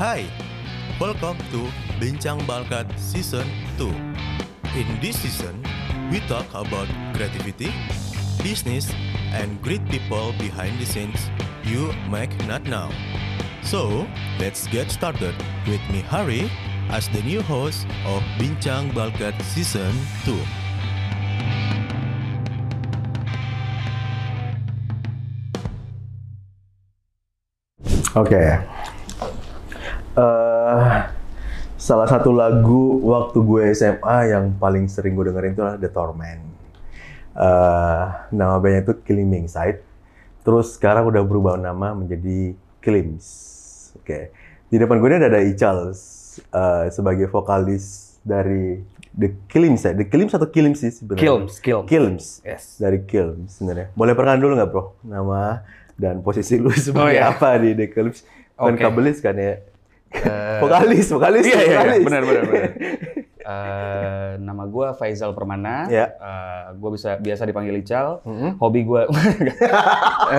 Hi, welcome to Bincang Balkat Season 2. In this season, we talk about creativity, business, and great people behind the scenes you might not know. So, let's get started with me Hari as the new host of Bincang Balkat Season 2. Oke. Eh, salah satu lagu waktu gue SMA yang paling sering gue dengerin itu adalah The Torment. Eh, nama bandnya itu Killing Me Inside. Terus sekarang udah berubah nama menjadi Kilims. Oke. Di depan gue ini ada Ichals eh, sebagai vokalis dari The Kilims ya. The Kilims atau Kilims sih sebenarnya? Kilms, Kilms. Kilms. Yes. Dari Kilms sebenarnya. Boleh perkenalan dulu nggak bro? Nama dan posisi lu sebagai iya. apa di The Kilms? Bukan Oke. kabelis kan ya? Eh, vokalis, vokalis, iya, iya, vokalis. benar, benar, benar. eh, nama gue Faizal Permana. Iya. gue bisa biasa dipanggil Ical. Mm-mm. Hobi gue.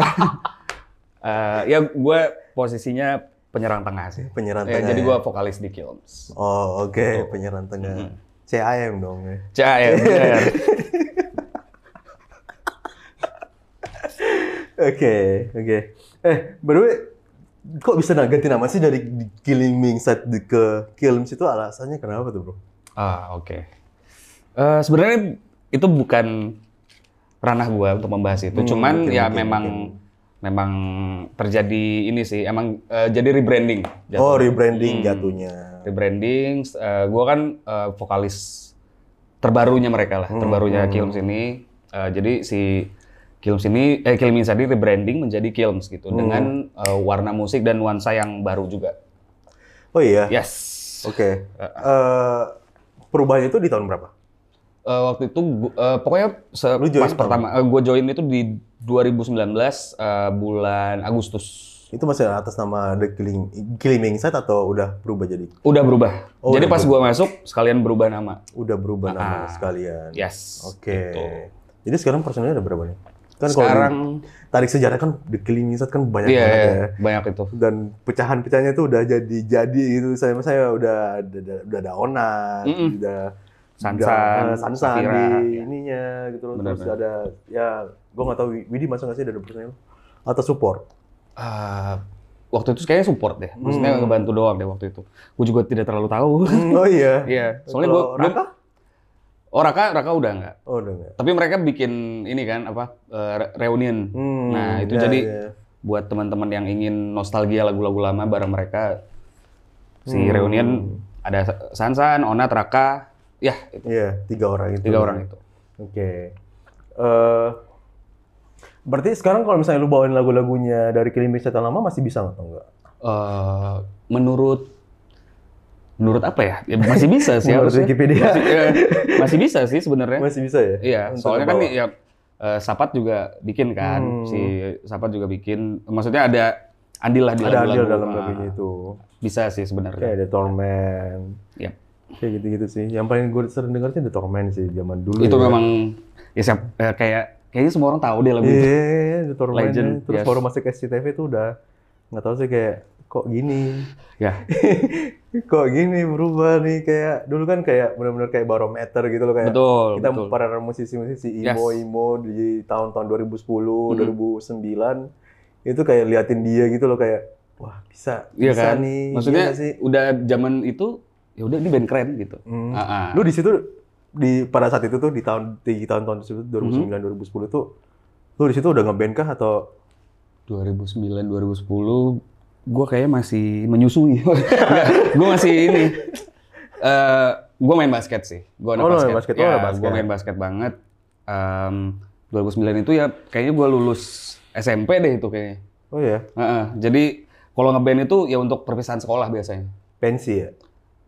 ya gue posisinya penyerang tengah sih. Penyerang Ya, tengah. jadi ya? gue vokalis di Kilms. Oh, oke, penyerang tengah. CIM dong ya. Cah, ya, benar. Oke, oke. Eh, by the way, kok bisa nah ganti nama sih dari Killing Me Inside di- ke Kilms itu alasannya kenapa tuh, Bro? Ah, oke. Eh, Sebenarnya itu bukan ranah gua untuk membahas itu. Hmm, Cuman mungkin, ya mungkin, memang mungkin. memang terjadi ini sih. Emang eh, jadi rebranding. jatuhnya. Oh, rebranding Hmm, jatuhnya. Rebranding. Eh, gua kan eh, vokalis terbarunya mereka lah. Hmm, Terbarunya hmm. Kilms ini. Eh, jadi si Kilms ini, eh Kilms ini rebranding menjadi Kilms gitu Hmm. dengan eh, warna musik dan nuansa yang baru juga. Oh iya. Yes. Oke. Uh-uh. Eh, perubahan itu di tahun berapa? Eh, waktu itu gu- eh, pokoknya se- Lu join pas kapan? pertama gue join itu di 2019 eh, bulan Agustus Itu masih atas nama The Killing Killing Me Inside atau udah berubah jadi udah berubah. Oh, Jadi udah pas gue masuk sekalian berubah nama. udah berubah nama Ah. sekalian. Yes. Oke. gitu. Jadi sekarang personilnya ada berapa nih? Kan kalau Sekarang di- tarik sejarah kan The Killing Me Inside kan banyak iya banget iya, ya. banyak itu. Dan pecahan-pecahannya tuh udah jadi jadi gitu. Saya saya udah udah, udah- udah ada Ona, Mm-mm. udah Sansan, udah- eh, Sansan Safira, di ya. ininya gitu loh. Benar, Terus ada ya gua nggak tahu Widi masuk nggak sih ada personil atau support. Eh, waktu itu kayaknya support deh. Maksudnya Hmm. ngebantu doang deh waktu itu. Gue juga tidak terlalu tahu. Hmm, oh iya. Iya. Soalnya gue Kalau Raka? Oh Raka, Raka udah nggak. Oh udah nggak. Tapi mereka bikin ini kan apa eh, re- reunion. Hmm, Nah, itu iya, jadi iya. buat teman-teman yang ingin nostalgia lagu-lagu lama bareng mereka si Hmm. reunion ada Sansan, Ona, Raka, ya itu Iya, tiga orang itu. tiga orang itu. Oke. Eh, berarti sekarang kalau misalnya lu bawain lagu-lagunya dari Killing Bill Setan Lama masih bisa nggak atau enggak? Eh, menurut menurut apa ya? Ya, masih bisa sih Menurut harusnya. Wikipedia. Masih, ya, masih bisa sih sebenarnya. Masih bisa ya? Eh? Iya, Untuk soalnya kan dibawa. ya eh, Sapat juga bikin kan, Hmm. si Sapat juga bikin. Maksudnya ada andil lah di ada andil lagu-lagu. dalam Ah, lagunya itu. Bisa sih sebenarnya. Kayak The Torment. Iya. Kayak gitu-gitu sih. Yang paling gue sering denger sih The Torment sih zaman dulu. Itu ya. memang ya siap- eh, kayak kayaknya semua orang tahu deh lagu Iya, itu. iya, iya, The Torment. Gitu. Legend, ya. Terus yes. baru masuk ke SCTV tuh udah nggak tahu sih kayak kok gini. Ya. kok gini berubah nih kayak dulu kan kayak benar-benar kayak barometer gitu loh kayak betul, kita betul. para musisi-musisi Yes. emo emo di tahun-tahun 2010 Mhm. 2009 itu kayak liatin dia gitu loh kayak wah bisa Iya bisa kan? nih Maksudnya iya sih udah zaman itu ya udah ini band keren gitu. Hmm. Ah, ah. lu di situ di pada saat itu tuh di tahun di tahun-tahun tersebut 2009 Mm-hmm. 2010 tuh lu di situ udah ngeband kah atau 2009 2010 gua kayaknya masih menyusui. gue masih ini. Eh, gua main basket sih. Gua anak Oh, lu main basket. basket. Oh, Ya, anak basket. gua main basket banget. Em, 2009 itu ya kayaknya gua lulus SMP deh itu kayaknya. oh ya Ah, ah. Jadi kalau ngeband itu ya untuk perpisahan sekolah biasanya. pensi ya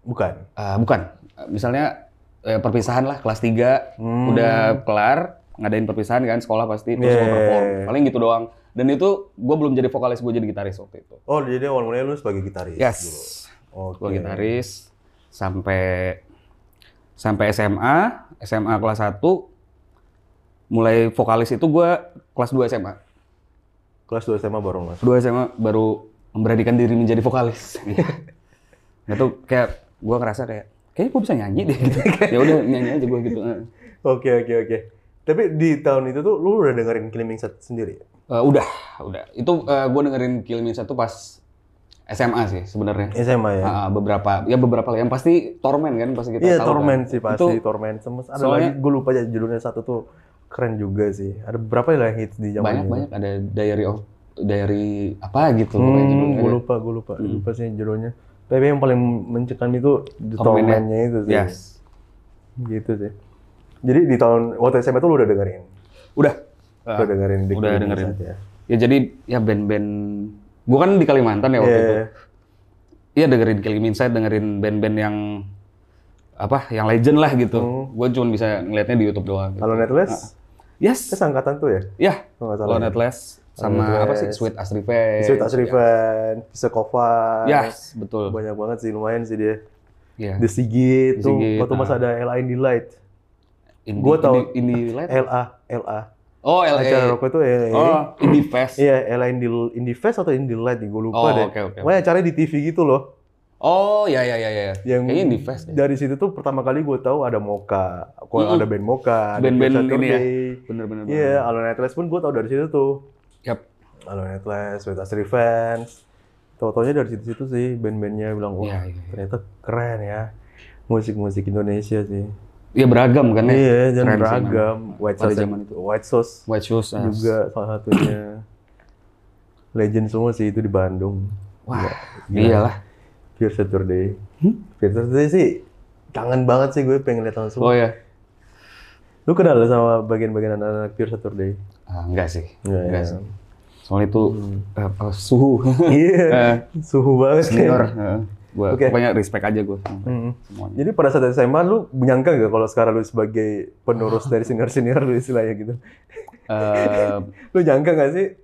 bukan Eh, bukan. Eh, Misalnya eh, perpisahan lah kelas 3 Hmm. udah kelar ngadain perpisahan kan sekolah pasti terus gua Yeah. perform. Paling gitu doang. Dan itu gue belum jadi vokalis, gue jadi gitaris waktu itu. oh jadi awal mulanya lu sebagai gitaris dulu. Yes. oke Gue gitaris sampai sampai SMA, SMA kelas 1 mulai vokalis itu gue kelas 2 SMA. kelas 2 SMA baru masuk Iya. 2 SMA baru memberanikan diri menjadi vokalis. Nggak tahu kayak gue ngerasa kayak kayaknya gue bisa nyanyi deh gitu. ya udah nyanyi aja gue gitu. Eh, Oke oke oke. Tapi di tahun itu tuh lu udah dengerin Killing Inside sendiri? udah, udah. Itu gue dengerin Kilmin satu pas SMA sih sebenarnya. SMA ya? Ah, beberapa ya beberapa lah yang pasti tormen kan pasti kita Iya tahu Torment kan. sih pasti Itu Torment. Terus ada soalnya- lagi gue lupa aja judulnya satu tuh keren juga sih. Ada berapa lah yang hits di zaman banyak itu? banyak ada diary of diary apa gitu pokoknya Iya. Hmm, judulnya. gue lupa, gue lupa, Hmm. lupa sih judulnya. Tapi yang paling mencekam itu The Torment-nya. Torment-nya itu sih. Yes. Gitu sih. Jadi di tahun waktu SMA tuh lu udah dengerin? Udah. udah dengerin di Ah. udah Killing dengerin. Inside ya? Ya jadi ya band-band gua kan di Kalimantan ya waktu Iya, itu. Iya dengerin Killing Inside, dengerin band-band yang apa, yang legend lah gitu. Hmm. Gua cuma bisa ngelihatnya di YouTube doang. Gitu. Kalau Netless, Yes. itu sangkatan tuh ya? Ya, Kalau nggak salah. Lone Atlas sama Atlas. apa sih Sweet As Revenge. Sweet As Riven, Pisekova, Yes, betul. banyak banget sih lumayan sih dia. Iya. The Sigit, The tuh Sigit, waktu masih ah. ada LA in Delight. Indie- gua tahu- Indie, Indie Light. LA, LA. oh, Acara LA. rokok itu LA. Oh, Indie Fest. Iya, LA in the, in the Fest atau in the Light, gue lupa Oh, deh. oke, oke. Pokoknya acaranya di TV gitu loh. Oh, ya ya ya ya. Yang Kayaknya Indie Fest. deh. Dari situ tuh pertama kali gue tahu ada Moka, Aku Mm-mm. ada band Moka, ada Band-band Pure ini ya? Saturday. Bener-bener. Iya, Alone Atlas pun gue tahu dari situ tuh. Yap. Alone Atlas, Sweet As Revenge. Tahu-taunya dari situ-situ sih band-bandnya bilang, wah Iya, iya, iya. ternyata keren ya musik-musik Indonesia sih. Iya beragam kan ya. Iya, dan Keren sih beragam. White Pada sauce, zaman itu. white sauce White Shoes. ah. juga salah satunya. Legend semua sih itu di Bandung. Wah, Gila. iyalah. Hmm? Pure Saturday. Pure Saturday sih kangen banget sih gue pengen lihat langsung. Oh ya. Lu kenal sama bagian-bagian anak-anak Pure Saturday? Ah, enggak sih. Iya, Hmm. enggak iya. sih. Soalnya itu eh, apa, suhu Iya, Eh. suhu banget. senior. Heeh. gua Iya, Oke. pokoknya respect aja gua. Mm. semuanya. Jadi pada saat SMA lu menyangka gak kalau sekarang lu sebagai penerus dari senior-senior lu istilahnya gitu? Eh, Lu nyangka gak sih?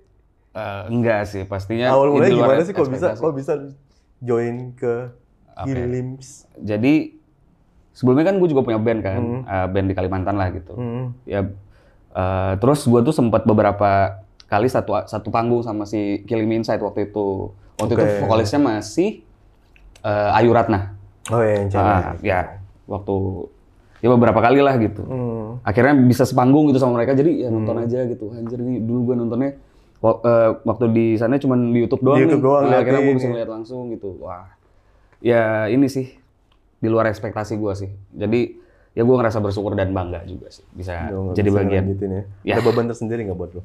eh, enggak sih pastinya Awal mulanya di Kan luar ya, gimana sih kok bisa ekspektasi. kok bisa lu join ke Apa ya? Gilims? Jadi sebelumnya kan gue juga punya band kan, Hmm. eh, band di Kalimantan lah gitu. Hmm. Ya eh, terus gua tuh sempat beberapa kali satu satu panggung sama si Killing Me Inside waktu itu. Waktu itu Oke. vokalisnya masih eh, Ayu Ratna. Oh iya, yang cewek. Ah, ya waktu ya beberapa kali lah gitu. Hmm. akhirnya bisa sepanggung gitu sama mereka jadi ya nonton aja gitu anjir nih dulu gua nontonnya wa- eh, waktu di sana cuman di YouTube doang Di YouTube nih. doang, Nah, liatin. akhirnya gue bisa ngeliat langsung gitu wah ya ini sih di luar ekspektasi gua sih jadi ya gua ngerasa bersyukur dan bangga juga sih bisa Lu nggak Ah, jadi bisa bagian ngelanjutin ya. Ya. Ada beban tersendiri nggak buat lu?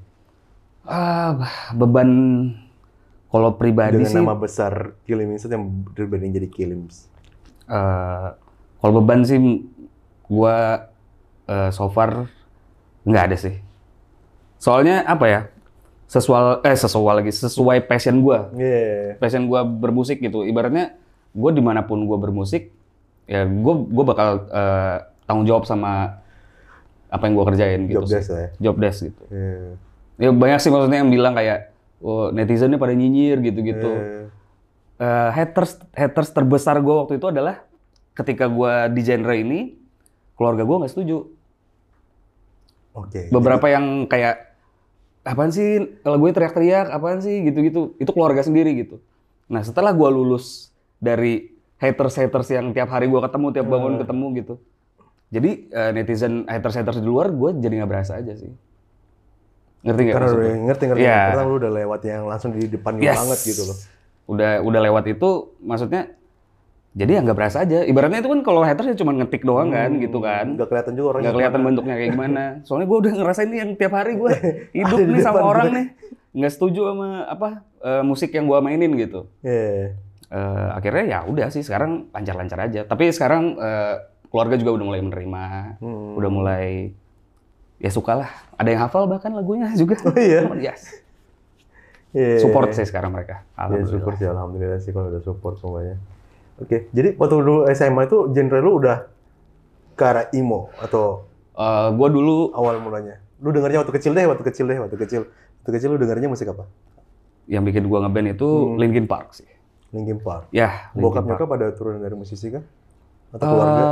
ah beban kalau pribadi Dengan sih nama besar Gilims yang berbanding jadi Gilims. eh, kalau beban sih gua eh, so far nggak ada sih. Soalnya apa ya? Sesuai eh sesuai lagi sesuai passion gua. Iya. Passion gua bermusik gitu. Ibaratnya gua dimanapun gua bermusik ya gua gua bakal eh, tanggung jawab sama apa yang gua kerjain gitu Job sih. desk lah ya. Job desk gitu. Iya. Ya banyak sih maksudnya yang bilang kayak oh, netizennya pada nyinyir gitu-gitu. Iya. Eh, haters haters terbesar gue waktu itu adalah ketika gue di genre ini keluarga gue nggak setuju Oke. beberapa yang kayak apaan sih lagunya teriak-teriak apaan sih gitu-gitu itu keluarga sendiri gitu nah setelah gue lulus dari haters haters yang tiap hari gue ketemu tiap bangun ketemu gitu jadi eh, netizen haters haters di luar gue jadi nggak berasa aja sih ngerti nggak Karena maksudnya? udah ngerti ngerti. Iya. Karena lu udah lewat yang langsung di depan lu Yes. banget gitu loh. Udah udah lewat itu maksudnya jadi ya nggak berasa aja. Ibaratnya itu kan kalau haters ya cuma ngetik doang kan Hmm. gitu kan. Gak kelihatan juga orangnya. Nggak kelihatan bentuknya kayak gimana. Soalnya gue udah ngerasain nih yang tiap hari gue hidup nih sama orang nih nggak setuju sama apa eh, musik yang gue mainin gitu. Iya. Eh, akhirnya ya udah sih sekarang lancar-lancar aja. Tapi sekarang eh, keluarga juga udah mulai menerima, Hmm. udah mulai ya sukalah. Ada yang hafal bahkan lagunya juga. Oh iya? Yes. Iya. Support sih sekarang mereka. Ya Alhamdulillah. syukur sih alhamdulillah sih kalau udah support semuanya. Oke, jadi waktu dulu SMA itu genre lu udah ke arah emo atau Eh, gua dulu awal mulanya? Lu dengarnya waktu kecil deh, waktu kecil deh, waktu kecil. Waktu kecil lu dengarnya musik apa? yang bikin gua ngeband itu Hmm. Linkin Park sih. Linkin Park. Ya, Bokap Linkin Park. nyokap pada turunan dari musisi kan? Atau keluarga?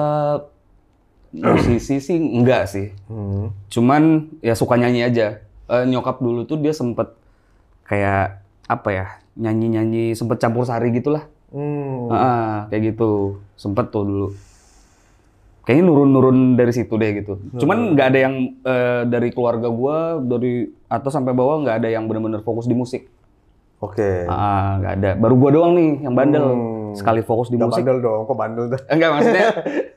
Eh, musisi sih enggak sih. Hmm. Cuman ya suka nyanyi aja. Eh, nyokap dulu tuh dia sempet kayak apa ya? Nyanyi-nyanyi sempet campur sari gitulah. Hmm. Ah, kayak gitu. Sempet tuh dulu. Kayaknya nurun-nurun dari situ deh gitu. Hmm. Cuman nggak ada yang eh, dari keluarga gua dari atas sampai bawah nggak ada yang benar-benar fokus di musik. Oke. Ah, nggak ada. Baru gua doang nih yang bandel. Ya. Hmm. Sekali fokus di Nggak musik. bandel dong, kok bandel tuh? Enggak maksudnya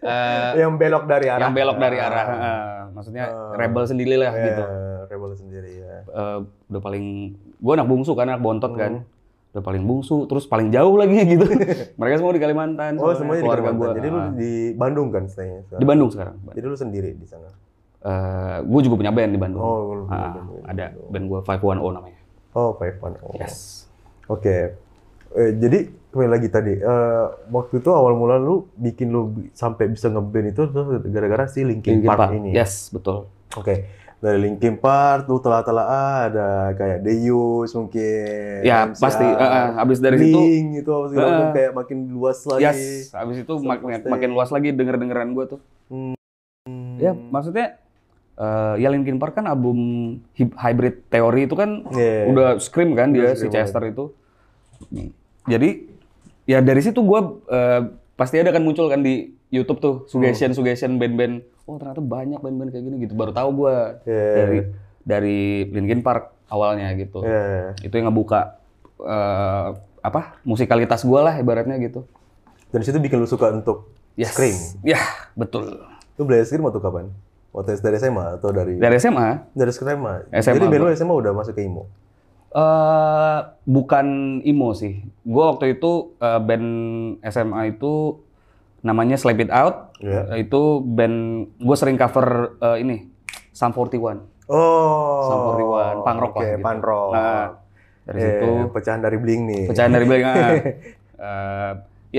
eh, yang belok dari arah. yang belok dari arah. Ah. eh, maksudnya Eh. rebel sendiri lah Ya, gitu. rebel sendiri ya. Eh, udah paling gua anak bungsu kan anak bontot kan. Hmm. Udah paling bungsu, terus paling jauh lagi gitu. Mereka semua di Kalimantan. Oh, soalnya semuanya di keluarga Kalimantan. gua. Jadi lu Ah, di Bandung kan stay di Bandung sekarang. Jadi lu sendiri di sana. eh gue juga punya band di Bandung. Oh, lu punya Ah, band. ada band gue 510 namanya. Oh, Five One. Oh. Yes. Oke. Eh, jadi kembali lagi tadi, eh, waktu itu awal mula lu bikin lu bi- sampai bisa ngeband itu tuh gara-gara si Linkin, Linkin Park, Park. ini. ya? Yes, betul. Oke. Dari Linkin Park, lu telah-telah ah, ada kayak Deus mungkin. Ya, MCA, pasti eh, eh, abis dari situ Link itu apa segala Eh. macam, kayak makin luas lagi. Yes, abis itu mak- makin, pasti. luas lagi denger-dengeran gue tuh. Hmm. Ya, maksudnya eh ya Linkin Park kan album hib- hybrid teori itu kan Yeah. udah scream kan Iya. Udah dia si scream iya. Chester itu. Jadi ya dari situ gue pasti ada kan muncul kan di YouTube tuh Hmm. suggestion suggestion band-band. Oh ternyata banyak band-band kayak gini gitu. Baru tahu gue Yeah. dari dari Linkin Park awalnya gitu. Eh, Itu yang ngebuka eh, apa musikalitas gue lah ibaratnya gitu. Dan situ bikin lu suka untuk Yes. scream. Ya betul. Lu belajar scream waktu kapan? Waktu dari SMA atau dari Dari SMA dari SMA. SMA Jadi band lu gua. SMA udah masuk ke IMO. eh bukan emo sih. Gue waktu itu eh, band SMA itu namanya Slap It Out. Iya. Eh, Itu band gue sering cover eh, ini Sum 41. Oh. Sum 41, punk rock Oke, lah gitu. punk rock. Nah, dari situ Eh, pecahan dari bling nih. pecahan dari belakang. kan? Ah. Eh,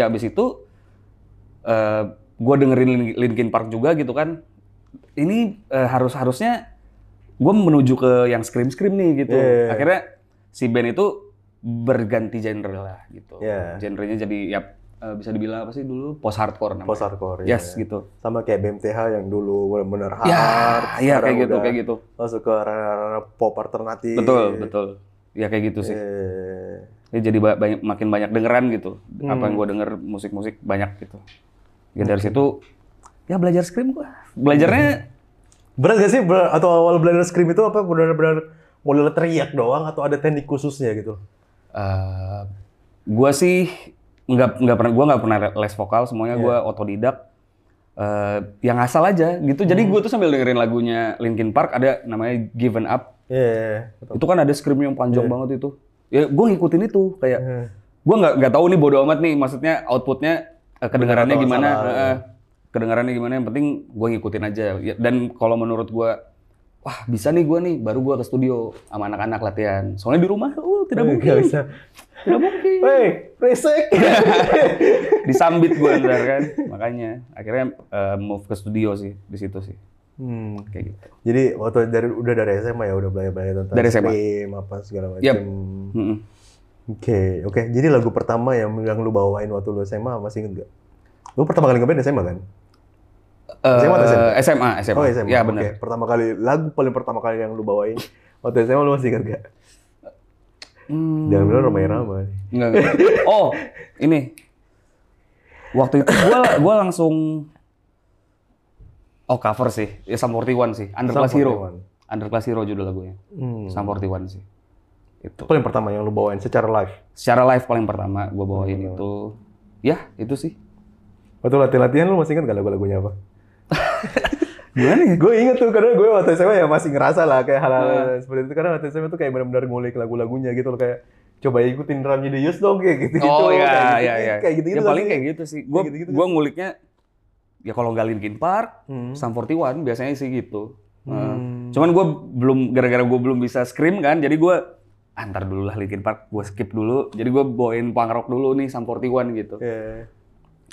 ya abis itu eh gue dengerin Lin- Linkin Park juga gitu kan. Ini eh, harus harusnya gue menuju ke yang scream scream nih gitu. Yeah. Akhirnya si band itu berganti genre lah gitu. Yeah. Genrenya jadi ya eh, bisa dibilang apa sih dulu post hardcore namanya. Post hardcore. ya. Yes gitu. Sama kayak BMTH yang dulu bener-bener hard. Ya, ya Ah, sekarang kayak gitu udah Iya. kayak gitu. Masuk ke ranah-ranah pop alternatif. Betul betul. Ya kayak gitu sih. Eh, Ya, jadi ba- banyak- makin banyak dengeran gitu. Apa yang Hmm. gue denger musik-musik banyak gitu. Ya dari situ ya belajar scream gua. Belajarnya Berat gak sih ber- atau awal belajar scream itu apa benar-benar model teriak doang atau ada teknik khususnya gitu? eh, gua sih nggak nggak pernah gua nggak pernah les vokal semuanya gua otodidak. Eh, yang asal aja gitu. Jadi gua tuh sambil dengerin lagunya Linkin Park ada namanya Given Up. Iya. Itu kan ada scream yang panjang banget itu. Ya gua ngikutin itu kayak Yeah. gue nggak nggak tahu nih bodo amat nih maksudnya outputnya eh, kedengarannya Benar atau gimana salah, eh, eh, kedengarannya gimana yang penting gue ngikutin aja Ya, dan kalau menurut gue wah bisa nih gue nih baru gue ke studio sama anak-anak latihan soalnya di rumah uh tidak mungkin Gak bisa. tidak mungkin Woi, resek. disambit gue ntar kan makanya akhirnya eh, move ke studio sih di situ sih hmm. kayak gitu Jadi waktu dari udah dari SMA ya udah belajar-belajar tentang Dari SMA. scream apa segala macam. Yap. Oke, Mm-mm. oke. Jadi lagu pertama yang yang lu bawain waktu lu SMA masih inget gak? Lu pertama kali ngeband SMA kan? SMA atau Eh, SMA SMA Oh SMA. ya Oke, benar Pertama kali lagu paling pertama kali yang lu bawain waktu SMA lu masih inget gak? Hmm. Jangan bilang ramai-ramai. Enggak, enggak. Oh, ini. Waktu itu gua gua langsung Oh, cover sih. Ya Sum 41 sih. Underclass Sum Hero. Underclass Hero judul lagunya. Hmm. Sum 41 sih. Itu paling pertama yang lu bawain secara live. Secara live paling pertama gua bawain Hmm. itu. Ya, itu sih. Waktu latihan-latihan lu masih inget gak lagu-lagunya apa? Gimana ya? gue inget tuh karena gue waktu SMA ya masih ngerasa lah kayak hal, -hal Nah. seperti itu karena waktu SMA tuh kayak benar-benar ngulik lagu-lagunya gitu loh kayak coba ikutin drumnya di Yus dong kayak gitu gitu Oh kayak iya, gitu, iya, iya. kayak gitu gitu Ya paling kayak gitu sih. Gua Kayak gitu-gitu gua nguliknya ya kalau nggak Linkin Park, Hmm. Sum 41 biasanya sih gitu. Nah, Cuman gue belum gara-gara gue belum bisa scream kan, jadi gue antar dulu lah Linkin Park, gue skip dulu. Jadi gue bawain punk rock dulu nih Sum 41 gitu.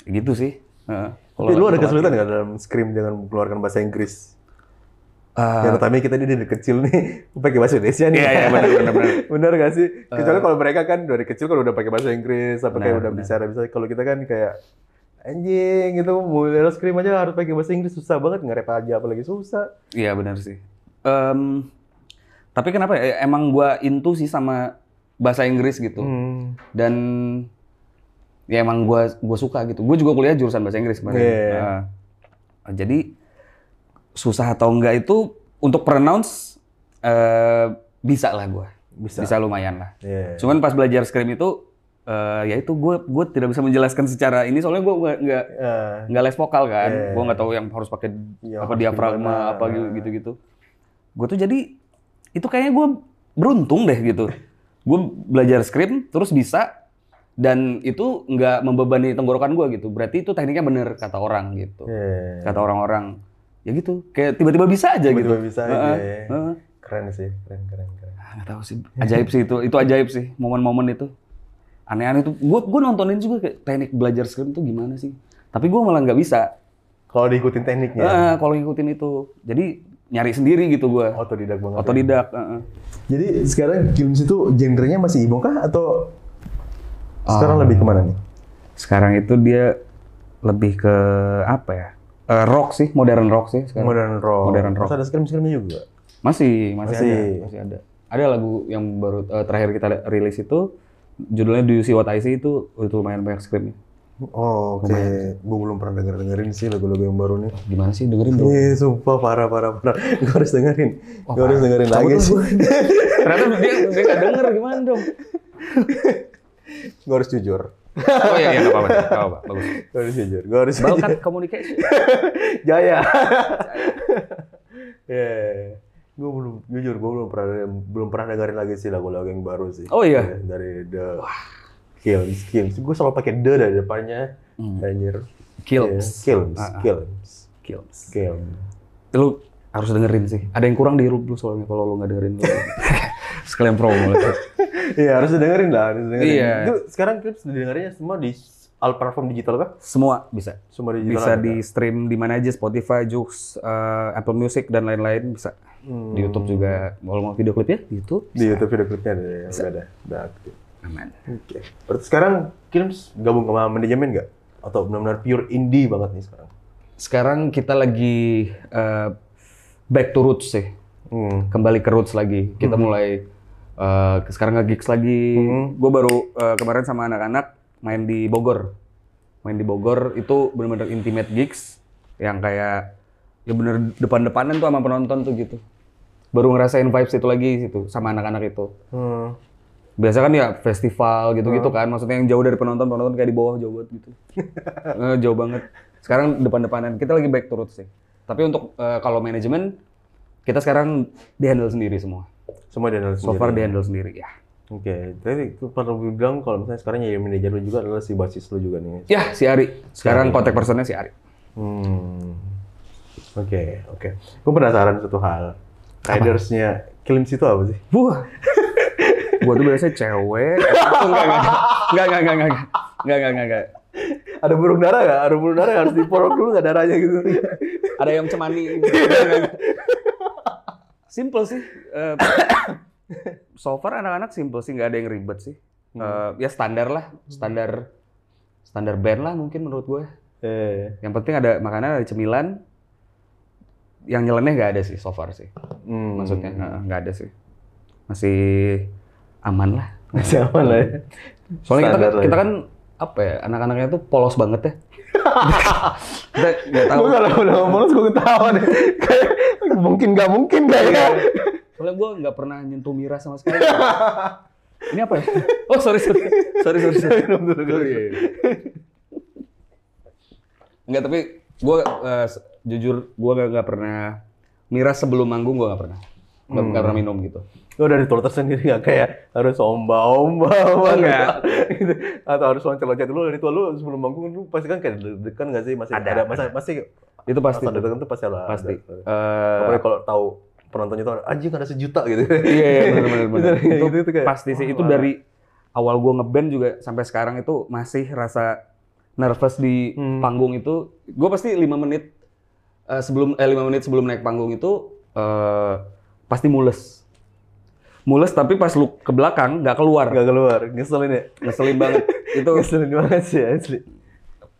Gitu sih. Heeh. Iya. Kalau Tapi lu ada itu- kesulitan nggak dalam scream dengan mengeluarkan bahasa Inggris? Ah, Yang utamanya kita ini dari kecil nih pakai bahasa Indonesia nih. Iya, iya, benar, benar, benar. Eh. Benar nggak sih? Kecuali kalau mereka kan dari kecil kalau udah pakai bahasa Inggris, apa kayak Benar, udah benar. bicara bisa. Kalau kita kan kayak anjing gitu, mau dalam scream aja harus pakai bahasa Inggris susah banget ngerep aja apalagi susah. Iya benar sih. Em, tapi kenapa ya? Hmm. Emang gue intu sih sama bahasa Inggris gitu. Dan ya emang gue gue suka gitu gue juga kuliah jurusan bahasa Inggris kemarin Iya. Nah, jadi susah atau enggak itu untuk pronounce eh, bisa lah gue Bisa. bisa lumayan lah Iya. cuman pas belajar scrim itu eh, ya itu gue gue tidak bisa menjelaskan secara ini soalnya gue nggak nggak Eh, nggak les vokal kan Iya. gue nggak tahu yang harus pakai Iya, apa harus gimana. diafragma apa gitu gitu gue tuh jadi itu kayaknya gue beruntung deh gitu gue belajar skrip terus bisa dan itu nggak membebani tenggorokan gue gitu berarti itu tekniknya bener kata orang gitu iya. kata orang-orang ya gitu kayak tiba-tiba bisa aja Tiba-tiba gitu bisa aja, Heeh, iya. heeh. Keren sih, keren, keren, keren. Ah, nggak tahu sih ajaib sih itu itu ajaib sih momen-momen itu aneh-aneh itu gue gue nontonin juga kayak teknik belajar skrip itu gimana sih tapi gue malah nggak bisa Kalau diikutin tekniknya, Heeh, kalau ngikutin itu. Jadi nyari sendiri gitu gua. otodidak banget. Otodidak, heeh. Jadi sekarang Gilms itu genrenya masih emo kah atau sekarang lebih kemana nih? Sekarang itu dia lebih ke apa ya? Eh, rock sih, modern rock sih sekarang. Modern rock. Modern rock. Terus ada scrim-scrimnya juga. Masih, masih, Masih. ada, masih ada. Ada lagu yang baru eh, terakhir kita li- rilis itu judulnya Do You See What I See itu itu lumayan banyak skripnya. Oh, oke. Gue belum pernah denger dengerin sih lagu-lagu yang baru nih. Gimana sih dengerin dong? Ih, sumpah parah parah parah. Gue harus dengerin. Gue harus dengerin lagi sih. Ternyata dia dia nggak denger gimana dong? Gue harus jujur. Oh iya, iya nggak apa-apa, nggak apa-apa, bagus. Gue harus jujur. Gue harus jujur. Balkan Communication. Jaya. Yeah. Gue belum jujur, gue belum pernah belum pernah dengerin lagi sih lagu-lagu yang baru sih. Oh, iya? Iya, Dari The Kills, Kills. Gue selalu pakai The dari depannya. Anjir. Kills. Yeah, Kills, Hmm. Ah, ah. Kills, Kills. Kills. lu harus dengerin sih. Ada yang kurang di hirup lu soalnya kalau lu nggak dengerin lu. Sekalian promo. Iya, harus dengerin lah, harus dengerin. Iya. Itu sekarang Kills didengerinnya semua di all platform digital kah? Semua bisa. Semua digital. Bisa ada. di stream di mana aja Spotify, Joox, eh, Apple Music dan lain-lain bisa. Hmm. Di YouTube juga. Kalau mau video klipnya di YouTube. di YouTube video klipnya ada ya, udah ada. Udah aktif. Aman. Oke. Berarti sekarang Kilms gabung sama manajemen nggak? Atau benar-benar pure indie banget nih sekarang? Sekarang kita lagi eh, back to roots sih. Hmm. Kembali ke roots lagi. Kita mulai eh, sekarang nge-gigs lagi. Gue baru eh, kemarin sama anak-anak main di Bogor. Main di Bogor itu bener-bener intimate gigs yang kayak ya bener depan-depanan tuh sama penonton tuh gitu. Baru ngerasain vibes itu lagi situ sama anak-anak itu. Hmm. Biasa kan ya festival gitu-gitu kan, maksudnya yang jauh dari penonton, penonton kayak di bawah jauh banget gitu. Eh, jauh banget. Sekarang depan-depanan, kita lagi back to roots sih. Tapi untuk eh, kalau manajemen, kita sekarang dihandle sendiri semua. Semua di handle So sendiri. far dihandle sendiri ya. Iya. Oke, tapi itu perlu bilang kalau misalnya sekarang jadi manajer lu juga adalah si basis lu juga nih. Ya, si Ari. Sekarang kontak personnya si Ari. Hmm. Oke, oke. Gue penasaran satu hal. Ridersnya Kilms itu apa sih? Wah. Gua tuh biasanya cewek. enggak, enggak, enggak, enggak, enggak, enggak, enggak, enggak, enggak, enggak. Ada burung darah nggak? Ada burung darah nggak? harus diporok dulu nggak darahnya gitu. Ada yang cemani. Enggak, enggak, enggak. Simple sih. Eh, so far anak-anak simple sih, nggak ada yang ribet sih. Eh, Hmm. ya standar lah, standar standar band lah mungkin menurut gue. eh, Yang penting ada makanan, ada cemilan. Yang nyeleneh nggak ada sih so far sih. hmm. Maksudnya nggak- nggak ada sih. Masih aman lah. masih aman lah ya. Soalnya kita, Standar lah kita ya. kan apa ya, anak-anaknya tuh polos banget ya. kita nggak tahu. Gue kalau udah ngomong terus gue ketawa deh. Kayak, mungkin nggak ya? mungkin Iya. kayaknya. Soalnya gue nggak pernah nyentuh miras sama sekali. Ini apa ya? Oh sorry sorry sorry sorry. sorry. Iya, Minum dulu kali ya. Nggak tapi gue eh, se- jujur gue nggak nggak pernah miras sebelum manggung gue nggak pernah. Nggak nggak pernah minum gitu. Lo dari toilet sendiri nggak kayak harus omba-omba banget. Enggak. Gitu. Atau harus loncat-loncat dulu dari tua lu sebelum bangun lu pasti kan kayak deg-degan nggak sih masih ada, masih pasti Itu pasti. masa deg-degan tuh pasti ada. Pasti. ada. Eh, Apalagi kalau tahu penontonnya tuh anjing ada sejuta gitu. iya iya benar benar benar. Gitu, Itu gitu, kayak, pasti sih. wah, Itu wah. dari awal gue ngeband juga sampai sekarang itu masih rasa nervous di Hmm. panggung itu. Gue pasti lima menit eh, sebelum eh lima menit sebelum naik panggung itu eh, pasti mules. Mules tapi pas lu ke belakang nggak keluar. Nggak keluar, ngeselin ya. Ngeselin banget. itu Ngeselin banget sih asli.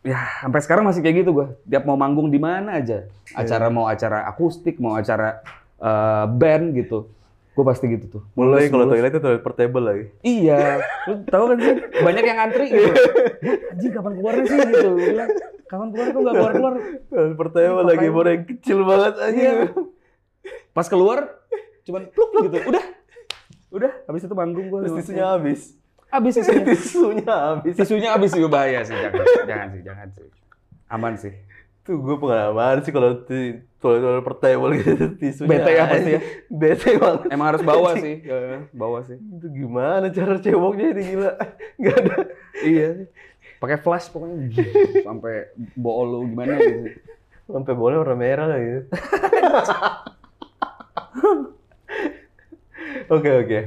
ya sampai sekarang masih kayak gitu gue. Tiap mau manggung Iya. di mana aja. Acara mau acara akustik, mau acara eh, band gitu. Gue pasti gitu tuh. Mulai Mulus, kalau mulus. toiletnya toilet portable lagi. Iya, lu tahu kan sih banyak yang antri gitu. Anjing kapan keluarnya sih gitu. Gua bilang, kapan keluar kok nggak keluar keluar. Toilet portable lagi, Makanya- baru yang kecil banget aja. Iya. Pas keluar cuman pluk gitu. Udah. Udah, habis itu manggung gua. Terus tisunya habis. habis tisunya. tisunya habis. Tisunya habis juga bahaya sih, jangan. jangan sih, jangan sih. Aman sih. Tuh gue pengalaman sih kalau ti- toilet-toilet portable gitu tisunya. Bete ya pasti ya. Bete banget. Emang harus bawa sih. Ya, ya, bawa sih. Itu gimana cara ceboknya ini gila. Gak ada. Iya. Pakai flash pokoknya sampai bool lu gimana gitu. Sampai boleh warna merah lah gitu. Oke oke.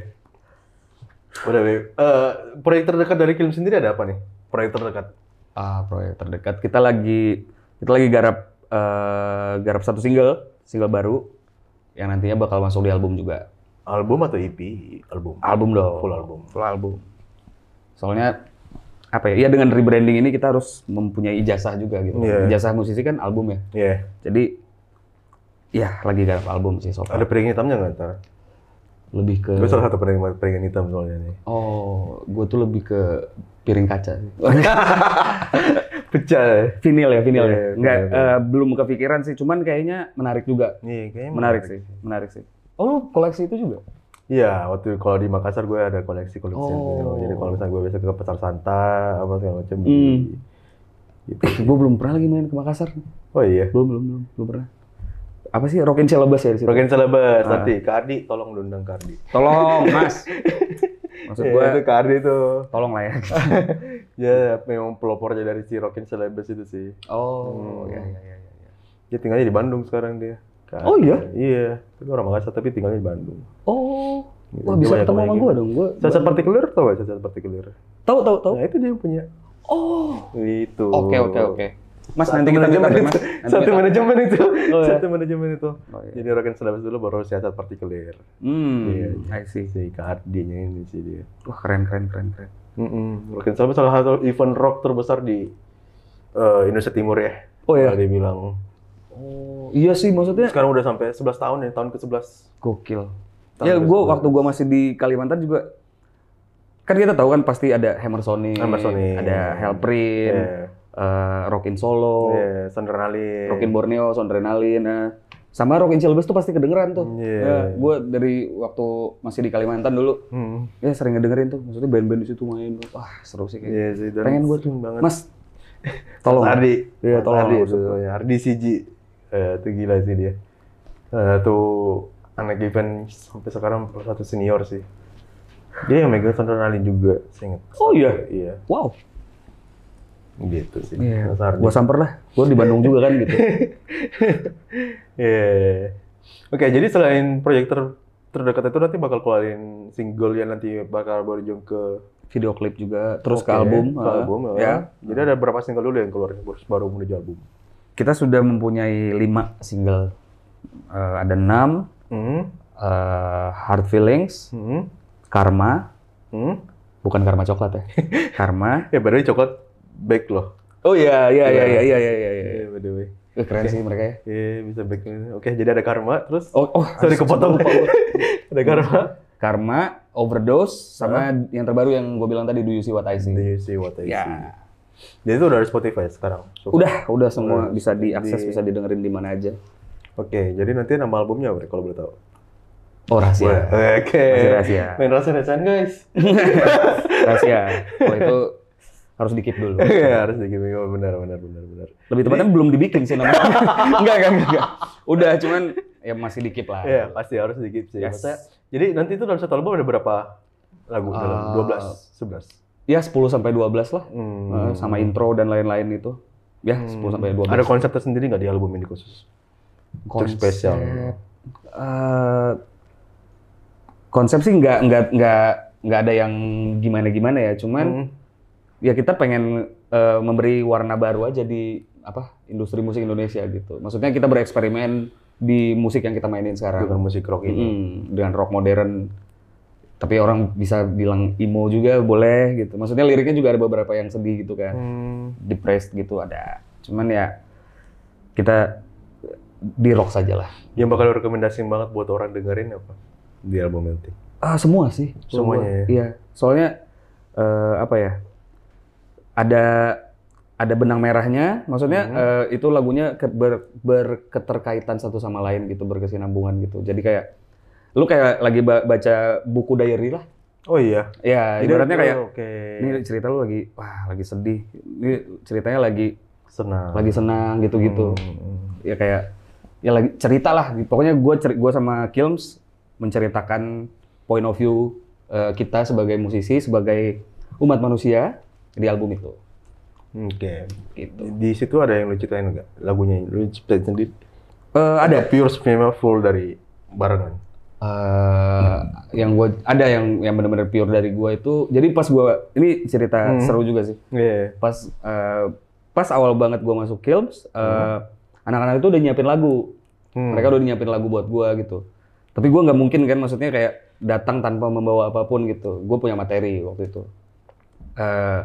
Udah Beb. Eh, proyek terdekat dari film sendiri ada apa nih? Proyek terdekat. Ah, proyek terdekat. Kita lagi kita lagi garap eh, garap satu single, single baru yang nantinya bakal masuk di album juga. Album atau EP? Album. Album dong. Full album. Full album. Soalnya apa ya? Iya dengan rebranding ini kita harus mempunyai ijazah juga gitu. Iya. Ijazah musisi kan album ya. Iya. Jadi ya lagi garap album sih so far. Ada piring hitamnya nggak ntar? Lebih ke Gue salah satu piring piringan hitam soalnya nih. Oh, gue tuh lebih ke piring kaca. sih. Pecah. ya? vinil ya, vinil Iya, ya. iya, Enggak vinil, vinil. eh, belum kepikiran sih, cuman kayaknya menarik juga. Iya, kayaknya menarik sih, menarik sih. Oh, lu koleksi itu juga? Iya, waktu kalau di Makassar gue ada koleksi koleksi gitu. Oh. Jadi kalau misalnya gue biasa ke pasar Santa apa segala macam. Hmm. Gitu. gue belum pernah lagi main ke Makassar. Oh iya. Belum, belum, belum, belum pernah. Apa sih Rock and Celebes ya di situ? Bagian selebes Ah. nanti Kak Ardi tolong undang Kak Ardi. Tolong, Mas. Maksud Iya, gue, itu Kak Ardi tuh. tolong lah ya. Ya memang pelopornya dari si Rokin Celebes itu sih. Oh, Hmm. iya, iya, iya. iya. Dia tinggalnya di Bandung sekarang dia. Kak Oh, iya? Ardi. Iya. Tapi orang Makassar tapi tinggalnya di Bandung. Oh, Gitu. wah Dia bisa banyak ketemu sama main gue gitu. dong. Gue Cacat partikuler tau gak cacat partikuler? tahu, tahu, tahu. Nah itu dia yang punya. Oh, Itu. Iya. oke, oke, oke. Mas, Satu nanti kita manajemen minta deh, itu. Mas. Nanti Satu kita- manajemen itu. Oh, iya. Satu manajemen itu. Oh, iya. Jadi Rokin Celebes dulu baru cacat partikuler. Hmm, Iya, I see. Si Kak Ardi nya ini sih dia. Wah, keren, keren, keren, keren. Mm-mm. Rock in Celebes salah satu event rock terbesar di eh, Indonesia Timur ya. Oh, iya. Kalau dia bilang. Oh, iya sih, maksudnya Sekarang udah sampai 11 tahun ya, tahun ke-11. Gokil. Tahun ya gue 2019. waktu gue masih di Kalimantan juga kan kita tahu kan pasti ada Hammer Sonic, Hammer Sonic. ada Helprin, Iya. eh, Rockin Solo, Iya, Sandra Nali. Rockin Borneo, Sondrenalin, nah. sama Rockin Cilebes tuh pasti kedengeran tuh. Iya. gue dari waktu masih di Kalimantan dulu Hmm. ya sering ngedengerin tuh, maksudnya band-band di situ main, wah seru sih kayaknya. Iya sih, dan Pengen gua tuh banget. Mas, tolong. Mas Ardi. Iya, Mas tolong. Ardi, itu, ya, Ardi CG. Eh, itu gila sih dia. Eh, tuh anak event sampai sekarang salah satu senior sih. Dia yang megang Sandra Nali juga, seinget. Oh iya. Iya, Wow. gitu sih. Iya. Mas Ardi. Gue samper lah. Gue di Bandung juga kan gitu. Iya. Oke, jadi selain proyek ter- terdekat itu nanti bakal keluarin single yang nanti bakal berujung ke Video klip juga, terus ke Oke, album. ke eh, album, ya. ya. Jadi ada berapa single dulu yang keluar baru, baru menuju album? kita sudah mempunyai lima single. Eh, ada enam, Hmm, eh, Hard Feelings, hmm, Karma, hmm. bukan Karma Coklat ya, Karma. Ya, by the way, coklat back loh. Oh iya, iya, iya, iya, iya, iya, iya. Iya, by the way. Eh, Keren sih mereka ya. Iya, bisa back. Oke, jadi ada karma, terus Oh, oh sorry aduh, kepotong. lupa gua. ada karma. Karma, Overdose, sama yang terbaru yang gue bilang tadi, Do You See What I See. Do you see what I Ya. see? Jadi itu udah ada Spotify sekarang. So- Udah, udah Udah, semua bisa diakses, di- bisa didengerin di mana aja. Oke, jadi nanti nama albumnya apa kalau boleh tahu? Oh Boleh. rahasia, Oke. Masih rahasia. Main rahasia-rahasiaan, guys. rahasia. Kalau itu harus dikit dulu. Iya, harus digimik. Oh, benar, benar, benar, benar. Lebih tepatnya belum dibikin sih namanya. enggak, enggak, enggak, enggak. Udah, cuman ya masih dikit lah. Iya, pasti harus di-keep sih. Yes. Maksudnya, jadi nanti itu dalam satu album ada berapa lagu? dalam Ah. 12, 11. Ya 10 sampai 12 lah. Hmm. Eh, sama intro dan lain-lain itu. Ya, 10 sampai 12. Ada konsep tersendiri nggak di album ini khusus? konsep spesial. eh, konsep sih nggak nggak nggak nggak ada yang gimana-gimana ya, cuman Hmm. ya kita pengen eh, memberi warna baru aja di apa industri musik Indonesia gitu. Maksudnya kita bereksperimen di musik yang kita mainin sekarang. Dengan musik rock ini. Mm, dengan rock modern. Tapi orang bisa bilang emo juga boleh gitu. Maksudnya liriknya juga ada beberapa yang sedih gitu kan. Hmm. Depressed gitu ada. Cuman ya kita di rock saja lah. Yang bakal rekomendasi banget buat orang dengerin apa? di album Melting? Ah, semua sih. Semuanya Gua- ya? Iya. Soalnya eh, apa ya? Ada ada benang merahnya, maksudnya Mm-hmm. eh, itu lagunya ke- ber- berketerkaitan satu sama lain gitu, berkesinambungan gitu. Jadi kayak lu kayak lagi ba- baca buku diary lah. Oh iya. Ya, Jadi ibaratnya oke, kayak oke. ini cerita lu lagi wah, lagi sedih. Ini ceritanya lagi senang. lagi senang gitu-gitu. Hmm. Ya kayak ya lagi cerita lah. Pokoknya gue gua sama Kilms menceritakan point of view eh, kita sebagai musisi, sebagai umat manusia di album itu. hmm. Oke. Gitu. Di situ ada yang lu ceritain enggak lagunya? Lu ciptain sendiri? Eh, ada Pure memang full dari barengan. eh, yang gua ada yang yang benar-benar pure dari gua itu. Jadi pas gua ini cerita Hmm. seru juga sih. Iya. Pas eh, pas awal banget gua masuk Kilms, eh, anak-anak itu udah nyiapin lagu. Hmm. mereka udah nyiapin lagu buat gua gitu tapi gua nggak mungkin kan maksudnya kayak datang tanpa membawa apapun gitu gue punya materi waktu itu Eh,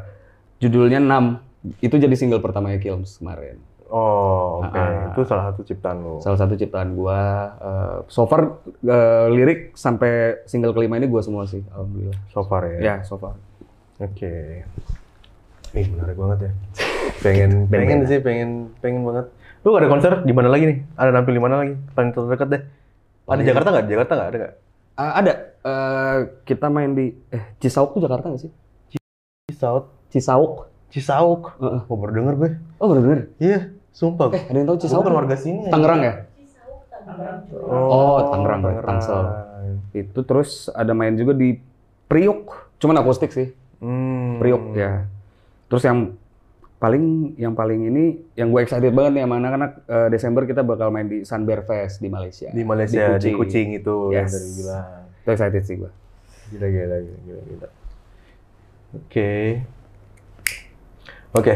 judulnya 6 itu jadi single pertamanya Kilms kemarin Oh, oke. Ah. Itu salah satu ciptaan lu. salah satu ciptaan gua eh, so far eh, lirik sampai single kelima ini gua semua sih alhamdulillah So far ya. ya so far Oke. Ih, menarik banget ya. Pengen pengen ya. sih, pengen pengen banget. Lu ada konser di mana lagi nih? Ada nampil di mana lagi? Paling terdekat deh. Ada Jakarta nggak? Jakarta nggak ada nggak? Eh, ada eh, kita main di eh Cisauk tuh Jakarta nggak sih Cisauk. Cisauk Cisauk. Heeh. Oh, baru denger gue. oh bener-bener Iya, sumpah. eh ada yang tahu Gua Cisauk bukan kan? warga sini. Tangerang ya Oh, Tangerang, Tangsel. itu terus ada main juga di Priuk cuman akustik sih Hmm. Priuk ya terus yang paling yang paling ini yang gue excited banget nih sama anak-anak eh, Desember kita bakal main di Sunbear Fest di Malaysia Di Malaysia, di Kucing, itu. Yes. Dari gila. itu excited sih gue Gila, gila, gila, gila, gila. Oke. Oke.